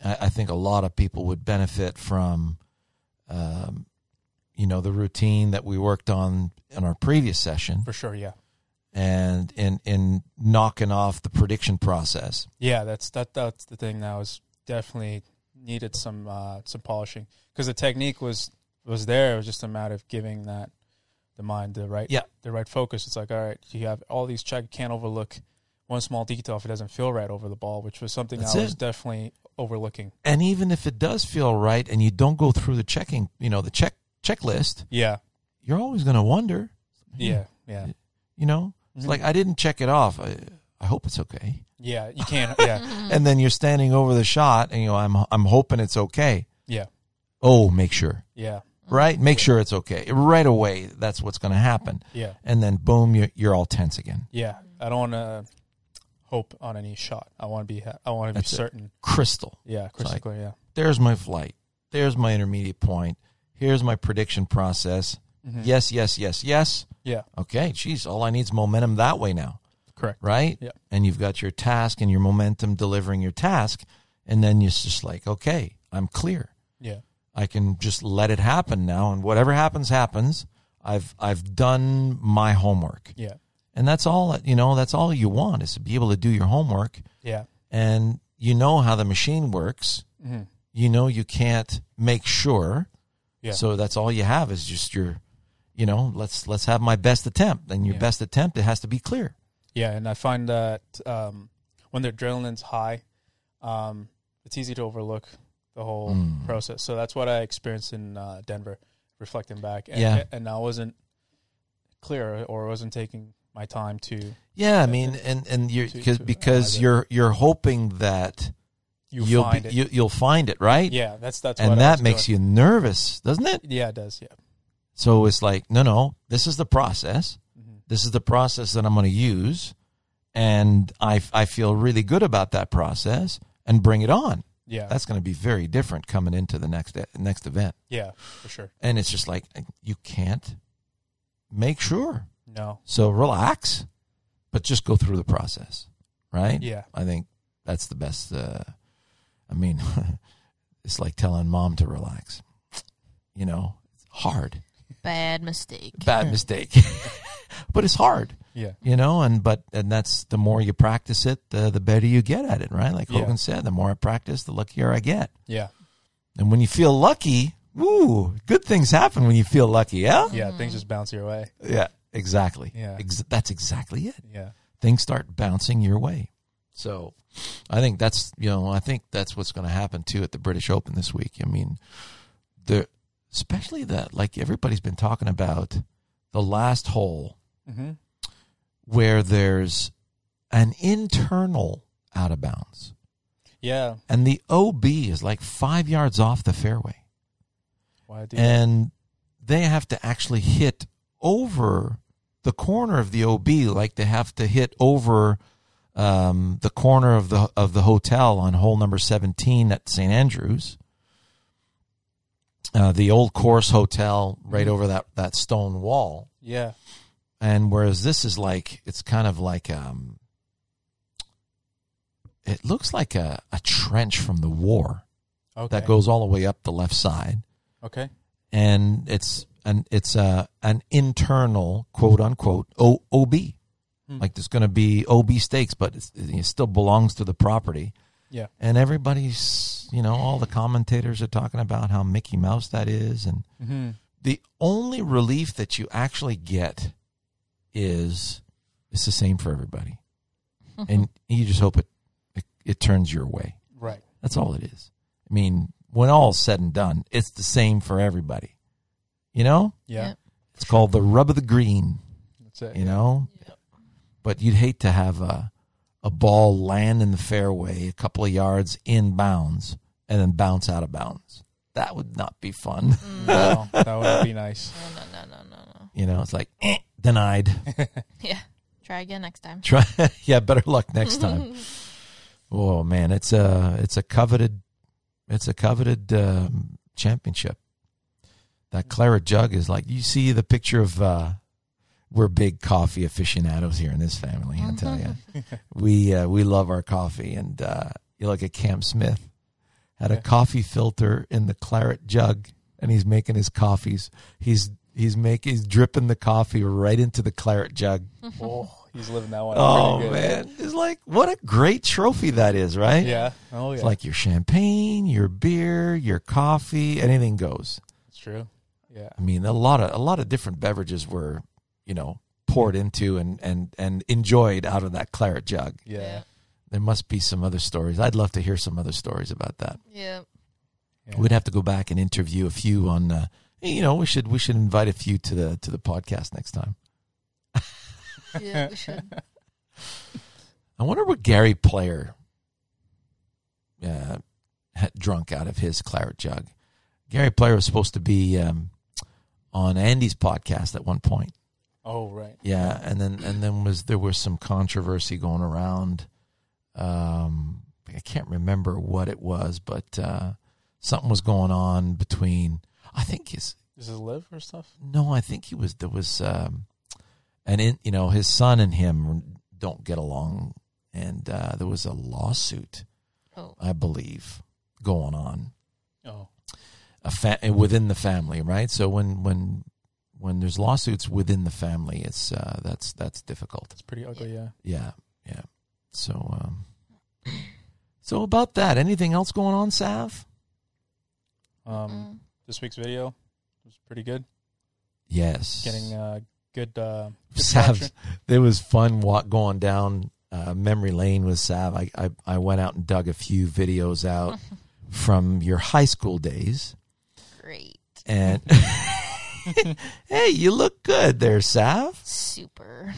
Speaker 1: I, I think a lot of people would benefit from um, you know the routine that we worked on in our previous session
Speaker 2: for sure, yeah,
Speaker 1: and in in knocking off the prediction process
Speaker 2: yeah. That's that that's the thing now is definitely needed some uh, some polishing because the technique was was there. It was just a matter of giving that the mind the right
Speaker 1: Yeah.
Speaker 2: the right focus. It's like all right, you have all these check. Can't overlook one small detail if it doesn't feel right over the ball, which was something
Speaker 1: That's
Speaker 2: I was
Speaker 1: it.
Speaker 2: definitely overlooking.
Speaker 1: and even if it does feel right and you don't go through the checking you know the check checklist
Speaker 2: Yeah,
Speaker 1: you're always going to wonder
Speaker 2: yeah, yeah,
Speaker 1: you know it's
Speaker 2: Mhm.
Speaker 1: like i didn't check it off i, I hope it's okay
Speaker 2: yeah. You can't. Yeah,
Speaker 3: mm-hmm.
Speaker 1: and then you're standing over the shot and you know i'm i'm hoping it's okay
Speaker 2: yeah,
Speaker 1: oh make sure
Speaker 2: yeah,
Speaker 1: right? Make sure it's okay right away. That's what's going to happen,
Speaker 2: yeah,
Speaker 1: and then boom, you're, you're all tense again.
Speaker 2: yeah. I don't want to hope on any shot. I want to be. ha- I want to be
Speaker 1: That's it.
Speaker 2: certain.
Speaker 1: Crystal,
Speaker 2: Yeah, crystal
Speaker 1: like-
Speaker 2: clear. Yeah.
Speaker 1: there's my flight. There's my intermediate point. Here's my prediction process. Yes, yes, yes, yes.
Speaker 2: Mm-hmm. Yeah,
Speaker 1: Okay, geez, all I need is momentum that way now,
Speaker 2: correct.
Speaker 1: right?
Speaker 2: Yeah.
Speaker 1: And you've got your task and your momentum delivering your task, and then it's just like, okay, I'm clear.
Speaker 2: Yeah,
Speaker 1: I can just let it happen now, and whatever happens, happens. I've I've done my homework.
Speaker 2: yeah,
Speaker 1: and that's all you know that's all you want is to be able to do your homework
Speaker 2: yeah,
Speaker 1: and you know how the machine works.
Speaker 2: Mm-hmm.
Speaker 1: You know you can't make sure.
Speaker 2: Yeah.
Speaker 1: So that's all you have is just your, you know, let's let's have my best attempt. And your
Speaker 2: Yeah.
Speaker 1: best attempt, it has to be clear.
Speaker 2: Yeah, and I find that um, when the adrenaline's high, um, it's easy to overlook the whole
Speaker 1: Mm.
Speaker 2: process. So that's what I experienced in uh, Denver, reflecting back. And,
Speaker 1: Yeah.
Speaker 2: and I wasn't clear or wasn't taking my time to
Speaker 1: Yeah, I
Speaker 2: Yeah,
Speaker 1: mean, and and you
Speaker 2: to-
Speaker 1: because
Speaker 2: to
Speaker 1: because
Speaker 2: analyze it.
Speaker 1: you're you're hoping that
Speaker 2: you
Speaker 1: will
Speaker 2: find
Speaker 1: be,
Speaker 2: it.
Speaker 1: You, you'll find it right,
Speaker 2: yeah, that's that's what
Speaker 1: and
Speaker 2: I
Speaker 1: that
Speaker 2: was
Speaker 1: makes you nervous, doesn't it?
Speaker 2: Yeah, it does. Yeah.
Speaker 1: So it's like, no, no, this is the process.
Speaker 2: hmm
Speaker 1: This is the process that I'm going to use, and I I feel really good about that process, and bring it on.
Speaker 2: Yeah.
Speaker 1: That's going to be very different coming into the next next event,
Speaker 2: yeah. For sure.
Speaker 1: and it's just like you can't make sure.
Speaker 2: No.
Speaker 1: So relax, but just go through the process, right?
Speaker 2: Yeah.
Speaker 1: I think that's the best. Uh, I mean, it's like telling mom to relax. You know, it's hard,
Speaker 3: Bad mistake.
Speaker 1: bad mistake, but it's hard.
Speaker 2: Yeah.
Speaker 1: You know, and but and that's the more you practice it, the the better you get at it, right? Like
Speaker 2: Yeah.
Speaker 1: Hogan said, the more I practice, the luckier I get.
Speaker 2: Yeah.
Speaker 1: And when you feel lucky, woo, good things happen when you feel lucky. Yeah,
Speaker 2: Yeah. Things just bounce your way.
Speaker 1: yeah, exactly.
Speaker 2: Yeah.
Speaker 1: Ex- that's exactly it
Speaker 2: Yeah.
Speaker 1: things start bouncing your way. So I think that's you know I think that's what's going to happen too at the British Open this week. I mean, the especially that like everybody's been talking about the last hole
Speaker 2: Mm-hmm.
Speaker 1: where there's an internal out of bounds
Speaker 2: Yeah.
Speaker 1: and the OB is like 5 yards off the fairway
Speaker 2: Why do you
Speaker 1: and they have to actually hit over the corner of the OB, like they have to hit over um, the corner of the of the hotel on hole number seventeen at St Andrews, uh, the old course hotel, right over that that stone wall.
Speaker 2: Yeah.
Speaker 1: And whereas this is like it's kind of like um, it looks like a, a trench from the war
Speaker 2: Okay.
Speaker 1: that goes all the way up the left side
Speaker 2: Okay.
Speaker 1: and it's an it's a an internal quote unquote o, OB.
Speaker 2: Hmm.
Speaker 1: Like there's going to be OB stakes, but it's, it still belongs to the property.
Speaker 2: Yeah.
Speaker 1: And everybody's, you know, all the commentators are talking about how Mickey Mouse that is, and
Speaker 2: Mm-hmm.
Speaker 1: the only relief that you actually get is it's the same for everybody,
Speaker 3: Mm-hmm.
Speaker 1: and you just hope it it, it turns your way.
Speaker 2: Right.
Speaker 1: That's all it is. I mean, when all's said and done, it's the same for everybody. You know,
Speaker 2: Yeah.
Speaker 3: Yep.
Speaker 1: it's called the rub of the green.
Speaker 2: That's it.
Speaker 1: You know, but you'd hate to have a a ball land in the fairway a couple of yards in bounds and then bounce out of bounds. That would not be fun.
Speaker 2: Wow, that would be nice.
Speaker 3: Mm. No, no, no, no, no, no.
Speaker 1: You know, it's like eh, denied.
Speaker 3: Yeah. Try again next time.
Speaker 1: Try, yeah, better luck next time. oh man, it's a it's a coveted it's a coveted um, championship. That claret jug is like you see the picture of. Uh, we're big coffee aficionados here in this family. I tell you,
Speaker 2: Mm-hmm.
Speaker 1: we uh, we love our coffee, and uh, you look at Cam Smith had a
Speaker 2: Yeah.
Speaker 1: coffee filter in the claret jug, and he's making his coffees. He's he's making he's dripping the coffee right into the claret jug.
Speaker 3: Mm-hmm.
Speaker 2: Oh, he's living that one.
Speaker 1: Oh
Speaker 2: pretty good.
Speaker 1: man, it's like what a great trophy that is, right?
Speaker 2: Yeah. Oh yeah.
Speaker 1: It's like your champagne, your beer, your coffee, anything goes.
Speaker 2: it's true. Yeah.
Speaker 1: I mean, a lot of a lot of different beverages were, you know, poured into and and and enjoyed out of that claret jug.
Speaker 2: Yeah.
Speaker 1: There must be some other stories. I'd love to hear some other stories about that.
Speaker 3: Yeah.
Speaker 2: Yeah.
Speaker 1: We'd have to go back and interview a few on uh, you know, we should we should invite a few to the to the podcast next time.
Speaker 3: Yeah, we should.
Speaker 1: I wonder what Gary Player uh, had drunk out of his claret jug. Gary Player was supposed to be um, on Andy's podcast at one point.
Speaker 2: Oh right.
Speaker 1: Yeah, and then and then was there was some controversy going around. Um, I can't remember what it was, but uh, something was going on between. I think his
Speaker 2: Is this live or stuff?
Speaker 1: no, I think he was there was um, and in, you know his son and him don't get along, and uh, there was a lawsuit,
Speaker 3: Oh.
Speaker 1: I believe, going on
Speaker 2: Oh.
Speaker 1: a fa- eh, within the family, right? So when when when there's lawsuits within the family, it's uh, that's that's difficult.
Speaker 2: That's pretty ugly. Yeah.
Speaker 1: Yeah, yeah. So um, it's So about that, anything else going on, Sav?
Speaker 2: Um,
Speaker 3: Mm.
Speaker 2: this week's video was pretty good.
Speaker 1: Yes.
Speaker 2: Getting uh, good. Uh, good traction.
Speaker 1: Sav's. It was fun walk going down uh, memory lane with Sav. I, I I went out and dug a few videos
Speaker 3: Mm.
Speaker 1: out from your high school days,
Speaker 3: Great.
Speaker 1: and hey, you look good there, Sav.
Speaker 3: Super.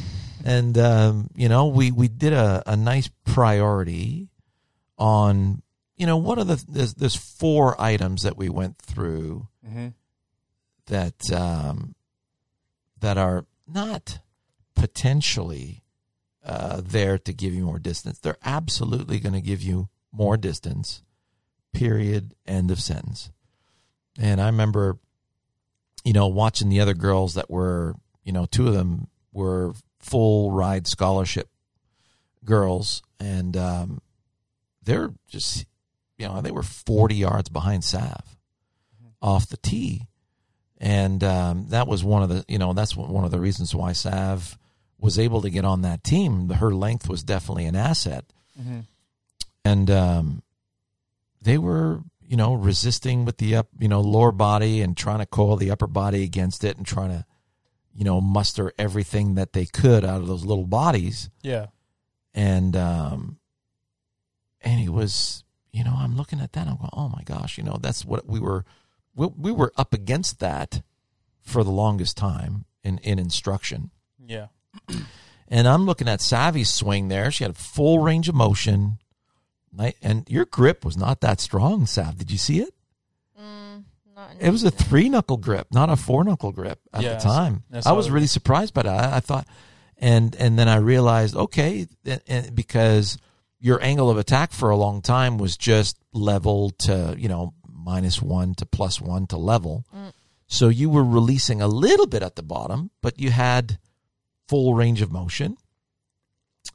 Speaker 1: And um, you know, we we did a, a nice priority on you know what are the there's, there's four items that we went through
Speaker 2: hmm
Speaker 1: that um, that are not potentially uh, there to give you more distance. They're absolutely going to give you more distance. Period. End of sentence. And I remember, you know, watching the other girls that were, you know, two of them were full ride scholarship girls, and um, they're just, you know, they were forty yards behind Sav off the tee and um, that was one of the you know that's one of the reasons why Sav was able to get on that team. Her length was definitely an asset,
Speaker 2: hmm
Speaker 1: and um, they were you know resisting with the up you know lower body and trying to coil the upper body against it and trying to you know muster everything that they could out of those little bodies
Speaker 2: Yeah.
Speaker 1: and um and it was you know i'm looking at that i'm going oh my gosh you know that's what we were we, we were up against that for the longest time in in instruction
Speaker 2: Yeah.
Speaker 1: and i'm looking at savvy's swing there she had full range of motion Ni- and your grip was not that strong sav did you see it
Speaker 3: Mm, not
Speaker 1: it was a
Speaker 3: interested.
Speaker 1: three knuckle grip not a four knuckle grip at
Speaker 2: Yeah, I
Speaker 1: the
Speaker 2: saw-
Speaker 1: time
Speaker 2: I
Speaker 1: i
Speaker 2: saw
Speaker 1: was
Speaker 2: that.
Speaker 1: really surprised by that i, I thought and and then i realized okay th- and because your angle of attack for a long time was just level to you know minus one to plus one to level
Speaker 3: Mm.
Speaker 1: so you were releasing a little bit at the bottom but you had full range of motion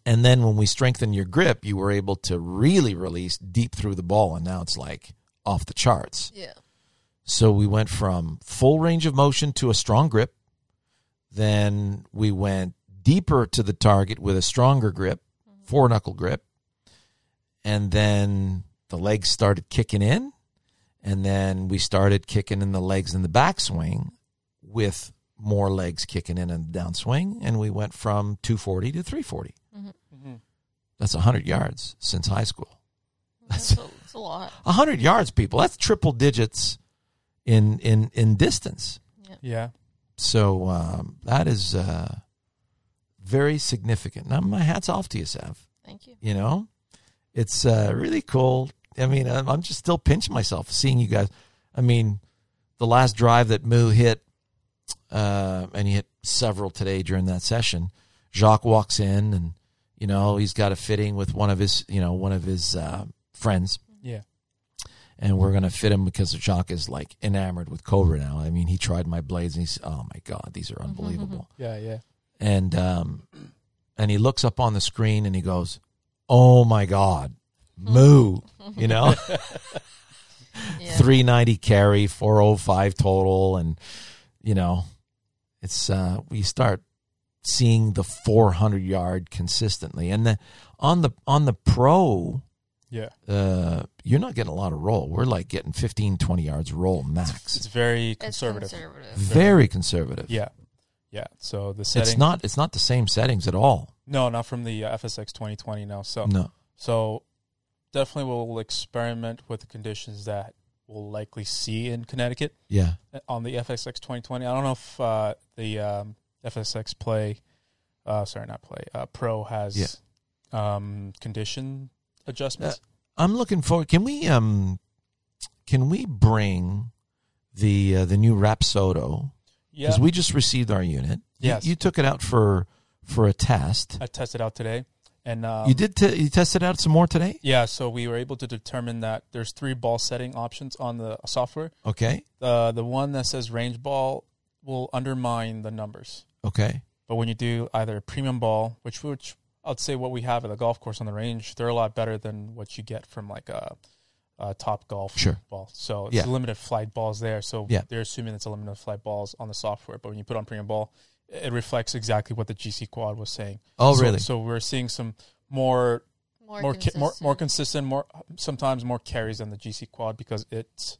Speaker 1: and then when we strengthened your grip you were able to really release deep through the ball and now it's like off the charts
Speaker 3: Yeah.
Speaker 1: so we went from full range of motion to a strong grip. Then we went deeper to the target with a stronger grip, four knuckle grip. And then the legs started kicking in. And then we started kicking in the legs in the backswing with more legs kicking in and downswing. And we went from 240 to 340.
Speaker 3: Mm-hmm.
Speaker 2: hmm
Speaker 1: That's 100 yards since high school.
Speaker 3: That's a, that's a lot.
Speaker 1: 100 yards, people. That's triple digits in, in, in distance.
Speaker 2: Yeah.
Speaker 1: So um, that is uh, very significant. Now, my hat's off to you, Sav.
Speaker 3: Thank you.
Speaker 1: You know, it's uh, really cool. I mean, I'm I'm just still pinching myself seeing you guys. I mean, the last drive that Moo hit, uh, and he hit several today during that session. Jacques walks in, and you know he's got a fitting with one of his, you know, one of his uh, friends
Speaker 2: Yeah.
Speaker 1: and we're gonna fit him because Jacques is like enamored with Cobra now. I mean, he tried my blades, and he's oh my god, these are unbelievable.
Speaker 2: Yeah. Yeah.
Speaker 1: and um, and he looks up on the screen and he goes, oh my god, moo, you know,
Speaker 3: Yeah.
Speaker 1: three ninety carry, four oh five total, and you know, it's uh, we start seeing the four hundred yard consistently, and the on the on the pro.
Speaker 2: Yeah.
Speaker 1: Uh, you're not getting a lot of roll. We're like getting 15, 20 yards roll max.
Speaker 2: It's very
Speaker 3: It's
Speaker 2: conservative.
Speaker 3: conservative.
Speaker 1: very conservative.
Speaker 2: Yeah. Yeah. So the setting.
Speaker 1: it's not it's not the same settings at all.
Speaker 2: no, not from the uh, FSX 2020. No. So
Speaker 1: No,
Speaker 2: So definitely we'll experiment with the conditions that we'll likely see in Connecticut uh,
Speaker 1: yeah,
Speaker 2: on the FSX 2020. I don't know if uh, the um, FSX play, uh, sorry, not play, uh, pro has um, condition
Speaker 1: Uh,
Speaker 2: adjustments.
Speaker 1: I'm looking forward. Can we um, can we bring the uh, the new Rapsodo
Speaker 2: Yeah.
Speaker 1: because we just received our unit. You-
Speaker 2: Yes.
Speaker 1: you, took it out for for a test.
Speaker 2: I tested out today. And um,
Speaker 1: you did t- you tested out some more today.
Speaker 2: Yeah. So we were able to determine that there's three ball setting options on the software.
Speaker 1: Okay,
Speaker 2: Uh, the one that says range ball will undermine the numbers.
Speaker 1: okay,
Speaker 2: But when you do either a premium ball, which which I'd say what we have at the golf course on the range, they're a lot better than what you get from like a, a top golf
Speaker 1: Sure.
Speaker 2: ball. So it's
Speaker 1: Yeah.
Speaker 2: limited flight balls there. So
Speaker 1: Yeah.
Speaker 2: they're assuming it's a limited flight balls on the software. But when you put on premium ball, it reflects exactly what the GC quad was saying.
Speaker 1: Oh,
Speaker 2: So-
Speaker 1: really?
Speaker 2: So we're seeing some more
Speaker 3: more
Speaker 2: more ki-
Speaker 3: consistent.
Speaker 2: more more consistent, more sometimes more carries than the GC quad because it's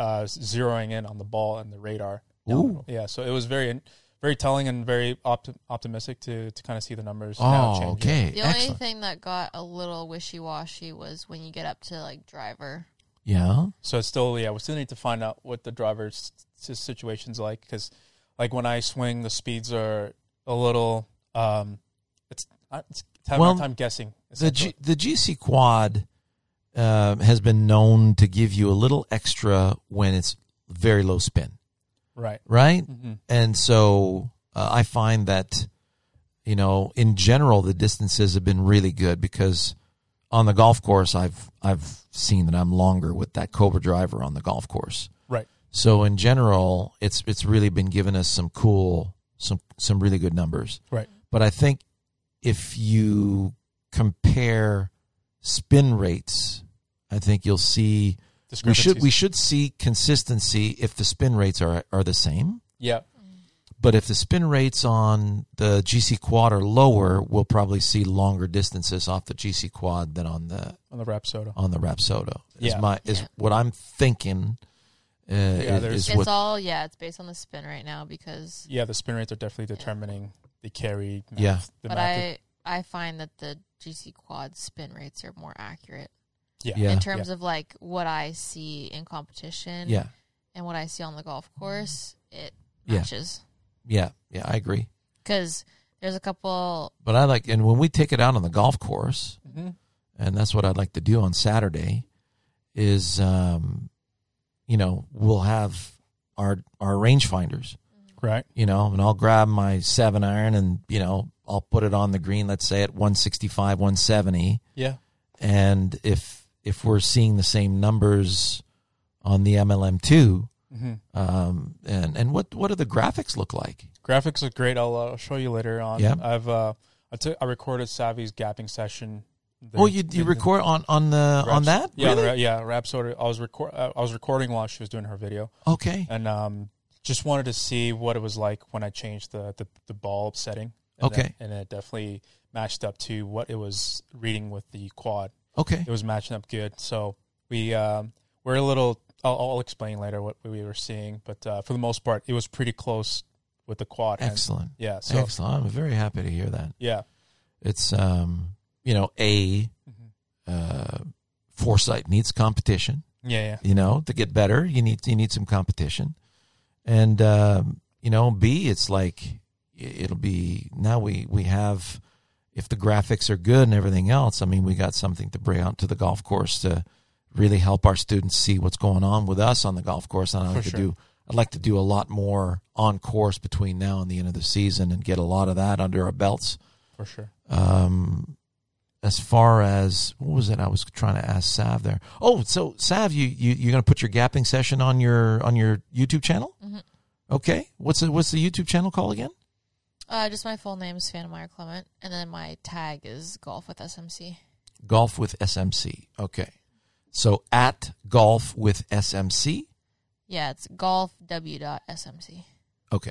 Speaker 2: uh, zeroing in on the ball and the radar.
Speaker 1: Ooh.
Speaker 2: Yeah, so it was very very telling and very opt- optimistic to to kind of see the numbers. now
Speaker 1: Oh,
Speaker 2: changing.
Speaker 1: okay.
Speaker 3: The only
Speaker 1: Excellent.
Speaker 3: thing that got a little wishy washy was when you get up to like driver.
Speaker 1: Yeah.
Speaker 2: So it's still yeah, we still need to find out what the driver's s- situation's like because like when I swing, the speeds are a little um, it's I- it's having
Speaker 1: Well,
Speaker 2: a time guessing.
Speaker 1: The G, the GC quad um has been known to give you a little extra when it's very low spin,
Speaker 2: right.
Speaker 1: right?
Speaker 2: hmm
Speaker 1: And so uh, I find that you know, in general, the distances have been really good because on the golf course, I've I've seen that I'm longer with that Cobra driver on the golf course.
Speaker 2: Right.
Speaker 1: So in general, it's it's really been giving us some cool some some really good numbers.
Speaker 2: Right.
Speaker 1: But I think if you compare spin rates, I think you'll see we should we should see consistency if the spin rates are are the same.
Speaker 2: yeah.
Speaker 1: But if the spin rates on the GC quad are lower, we'll probably see longer distances off the GC quad than on the
Speaker 2: on the Rapsodo.
Speaker 1: on the Rapsodo. Is
Speaker 2: Yeah.
Speaker 1: my is
Speaker 3: Yeah.
Speaker 1: what I'm thinking. Uh,
Speaker 2: there's-
Speaker 1: is
Speaker 3: It's
Speaker 1: what
Speaker 3: all yeah, it's based on the spin right now because
Speaker 2: Yeah, the spin rates are definitely determining the carry. Math,
Speaker 1: Yeah.
Speaker 2: the
Speaker 3: but
Speaker 2: math-
Speaker 3: I I find that the GC quad spin rates are more accurate
Speaker 2: yeah,
Speaker 1: Yeah.
Speaker 3: in terms of like what I see in competition
Speaker 1: yeah
Speaker 3: and what I see on the golf
Speaker 2: Mm-hmm.
Speaker 3: course. It
Speaker 1: Yeah.
Speaker 3: matches
Speaker 1: yeah yeah I agree.
Speaker 3: because there's a couple
Speaker 1: But I like and when we take it out on the golf course,
Speaker 2: Mhm.
Speaker 1: and that's what I'd like to do on Saturday, is um, you know we'll have our our rangefinders.
Speaker 2: right.
Speaker 1: you know, and I'll grab my seven iron and, you know, I'll put it on the green, let's say at 165, 170.
Speaker 2: Yeah,
Speaker 1: And if, if we're seeing the same numbers on the MLM2,
Speaker 2: hmm
Speaker 1: um, and, and what, what do the graphics look like?
Speaker 2: graphics look great. I'll, uh, I'll show you later on.
Speaker 1: Yeah.
Speaker 2: I've uh, I took I recorded Savvy's gapping session. The-
Speaker 1: oh, you, you
Speaker 2: the-
Speaker 1: record on, on the, on
Speaker 2: Raps-
Speaker 1: that?
Speaker 2: Yeah, on the
Speaker 1: Really?
Speaker 2: ra- yeah. Rapsodo. I was record. uh, I I was recording while she was doing her video,
Speaker 1: Okay.
Speaker 2: and um, just wanted to see what it was like when I changed the the, the ball setting. And
Speaker 1: Okay.
Speaker 2: it- and it definitely matched up to what it was reading with the quad.
Speaker 1: Okay.
Speaker 2: it was matching up good. So we um, we're a little. I'll, I'll explain later what we were seeing, but uh, for the most part, it was pretty close with the quad. hand.
Speaker 1: Excellent.
Speaker 2: yeah. So
Speaker 1: Excellent. I'm very happy to hear that.
Speaker 2: yeah.
Speaker 1: It's, um, you know, a,
Speaker 2: Mhm.
Speaker 1: uh, foresight needs competition.
Speaker 2: yeah,
Speaker 1: you know to get better you need you need some competition and um, you know b it's like i- it'll be now we we have if the graphics are good and everything else i mean we got something to bring out to the golf course to really help our students see what's going on with us on the golf course and i
Speaker 2: For
Speaker 1: like to
Speaker 2: sure.
Speaker 1: do i'd like to do a lot more on course between now and the end of the season and get a lot of that under our belts
Speaker 2: yeah, for sure.
Speaker 1: um, as far as what was it I was trying to ask Sav there? Oh, so Sav, you you you're gonna put your gapping session on your on your YouTube channel?
Speaker 3: Mhm.
Speaker 1: Okay, what's the, what's the YouTube channel called again?
Speaker 3: uh, just my full name is Fanmeyer Clement, and then my tag is Golf with SMC.
Speaker 1: Golf with SMC. Okay, so at Golf with SMC.
Speaker 3: Yeah, it's golf w dot SMC.
Speaker 1: Okay,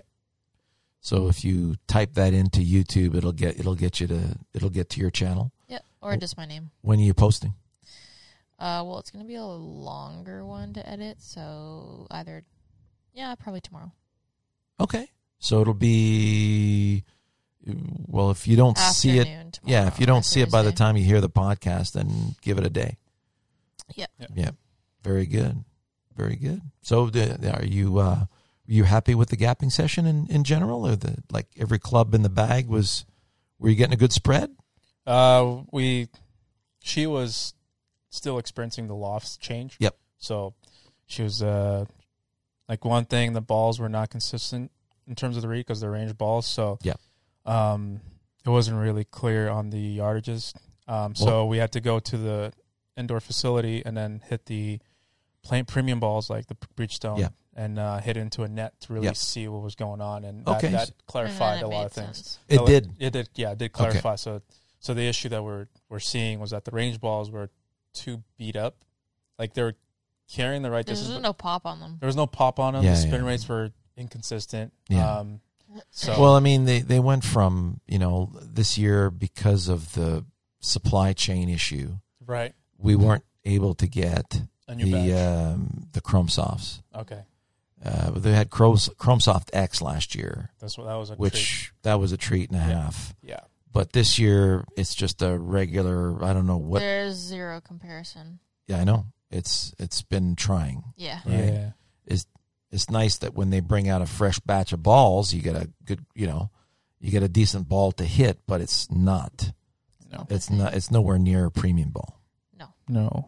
Speaker 1: so if you type that into YouTube, it'll get it'll get you to it'll get to your channel.
Speaker 3: Yep, or
Speaker 1: Oh.
Speaker 3: just my name.
Speaker 1: When are you posting?
Speaker 3: Uh, well, it's gonna be a longer one to edit, so either, yeah, probably tomorrow.
Speaker 1: Okay, so it'll be well if you don't see it
Speaker 3: Afternoon tomorrow.
Speaker 1: Yeah, if you don't
Speaker 3: or
Speaker 1: see it by the
Speaker 3: Thursday.
Speaker 1: time you hear the podcast, then give it a day.
Speaker 3: Yeah.
Speaker 2: Yeah.
Speaker 1: Yeah. Very good. Very good. So, the- are you uh, you happy with the gapping session in, in general, or the like every club in the bag was? Were you getting a good spread?
Speaker 2: Uh, we she was still experiencing the loft change.
Speaker 1: Yep.
Speaker 2: So she was uh like one thing the balls were not consistent in terms of the read because they're range balls. So
Speaker 1: Yep.
Speaker 2: um, it wasn't really clear on the yardages. Um, so
Speaker 1: Well-
Speaker 2: we had to go to the indoor facility and then hit the plant premium balls like the Bridgestone
Speaker 1: Yeah.
Speaker 2: and uh, hit into a net to really
Speaker 1: Yep.
Speaker 2: see what was going on and that,
Speaker 1: Okay.
Speaker 2: that
Speaker 3: And then
Speaker 2: clarified
Speaker 3: it
Speaker 2: a lot
Speaker 3: made
Speaker 2: of things.
Speaker 3: sense.
Speaker 1: It
Speaker 2: No,
Speaker 1: did.
Speaker 2: Oh, It did. Yeah, it did clarify. So, so the issue that we're we're seeing was that the range balls were too beat up. Like they were carrying the right
Speaker 3: There's
Speaker 2: distance.
Speaker 3: just
Speaker 2: but
Speaker 3: no pop on them.
Speaker 2: There was no pop on them.
Speaker 1: Yeah,
Speaker 2: the spin
Speaker 1: yeah.
Speaker 2: rates were inconsistent.
Speaker 1: Yeah.
Speaker 2: Um, so
Speaker 1: Well, I mean, they, they went from you know this year because of the supply chain issue,
Speaker 2: Right.
Speaker 1: we weren't able to get
Speaker 2: A Mm-hmm. new
Speaker 1: the
Speaker 2: batch.
Speaker 1: um, the Chrome Softs.
Speaker 2: okay.
Speaker 1: Uh, but they had Chrome Soft X last year,
Speaker 2: That's what that was a
Speaker 1: which
Speaker 2: treat.
Speaker 1: that was a treat and a
Speaker 2: Yeah.
Speaker 1: half.
Speaker 2: Yeah.
Speaker 1: But this year, it's just a regular. I don't know what.
Speaker 3: There's zero comparison.
Speaker 1: Yeah, I know it's it's been trying.
Speaker 3: Yeah.
Speaker 1: Right.
Speaker 2: Yeah.
Speaker 1: It's nice that when they bring out a fresh batch of balls, you get a good, you know, you get a decent ball to hit, but it's not.
Speaker 2: No.
Speaker 1: It's not. It's nowhere near a premium ball.
Speaker 2: No.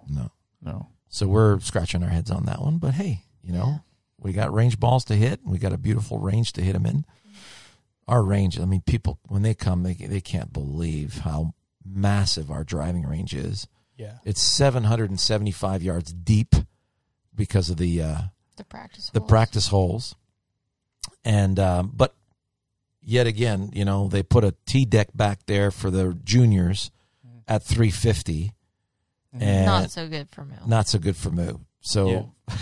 Speaker 1: No.
Speaker 2: No.
Speaker 1: So we're scratching our heads on that one. But hey, you know, we got range balls to hit. We got a beautiful range to hit them in. Our range, I mean, people when they come, they they can't believe how massive our driving range is.
Speaker 2: Yeah.
Speaker 1: It's 775 yards deep because of the uh,
Speaker 3: The practice.
Speaker 1: the
Speaker 3: holes.
Speaker 1: practice holes, and um, but yet again, you know, they put a T deck back there for the juniors
Speaker 2: Mhm.
Speaker 1: at 350.
Speaker 2: Mhm.
Speaker 1: And-
Speaker 3: Not so good for Mel.
Speaker 1: Not so good for Moo. So.
Speaker 2: Yeah.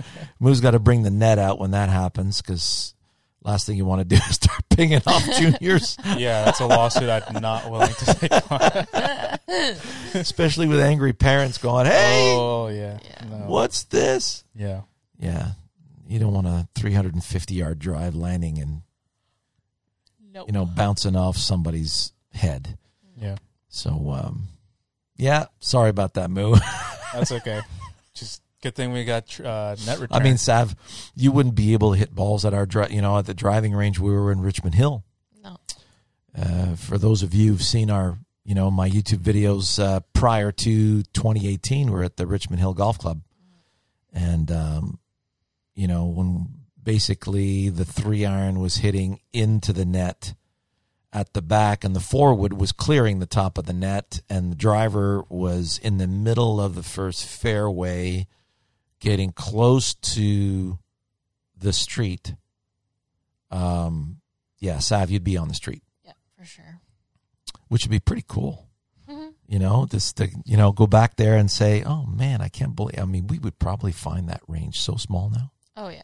Speaker 1: Moo's got to bring the net out when that happens because last thing you want to do is start pinging off juniors,
Speaker 2: yeah, that's a lawsuit I'm not willing to take on.
Speaker 1: especially with angry parents going, "Hey,
Speaker 2: Oh yeah.
Speaker 3: Yeah.
Speaker 2: No.
Speaker 1: what's this?"
Speaker 2: Yeah.
Speaker 1: Yeah, you don't want a 350 yard drive landing and
Speaker 3: Nope.
Speaker 1: you know bouncing off somebody's head.
Speaker 2: Yeah.
Speaker 1: So, um, yeah, sorry about that, Moo.
Speaker 2: That's okay. Just good thing we got tr- uh, net return.
Speaker 1: I mean, Sav, you wouldn't be able to hit balls at our dri- you know at the driving range we were in Richmond Hill.
Speaker 3: No.
Speaker 1: Uh, for those of you who've seen our, you know, my YouTube videos uh, prior to 2018, we're at the Richmond Hill Golf Club, and um, you know when basically the three iron was hitting into the net at the back, and the four wood was clearing the top of the net, and the driver was in the middle of the first fairway, getting close to the street. Um, yeah, Sav, you'd be on the street
Speaker 3: Yeah, for sure.
Speaker 1: which would be pretty cool.
Speaker 3: Mhm.
Speaker 1: You know, just to you know go back there and say, "Oh man, I can't believe." I mean, we would probably find that range so small now.
Speaker 3: Oh yeah.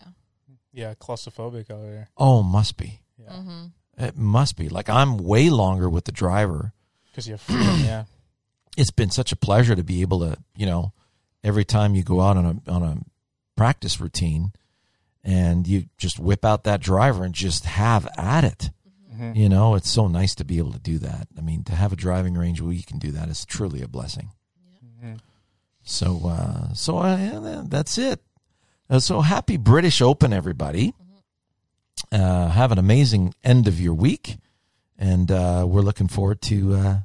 Speaker 2: yeah, claustrophobic over there.
Speaker 1: Oh, must be.
Speaker 2: Yeah.
Speaker 3: Mm-hmm.
Speaker 1: It must be. Like I'm way longer with the driver.
Speaker 2: Because you have freedom. yeah.
Speaker 1: It's been such a pleasure to be able to, you know, every time you go out on a on a practice routine and you just whip out that driver and just have at it.
Speaker 3: Mm-hmm.
Speaker 2: Mhm.
Speaker 1: You know, it's so nice to be able to do that. I mean, to have a driving range where you can do that is truly a blessing.
Speaker 2: Mhm.
Speaker 1: So, uh, so uh, yeah, that's it. Uh, so happy British Open, everybody.
Speaker 3: Mm-hmm.
Speaker 1: Uh, have an amazing end of your week, and uh, we're looking forward to uh,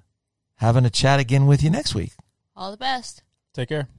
Speaker 1: having a chat again with you next week.
Speaker 3: All the best.
Speaker 2: Take care.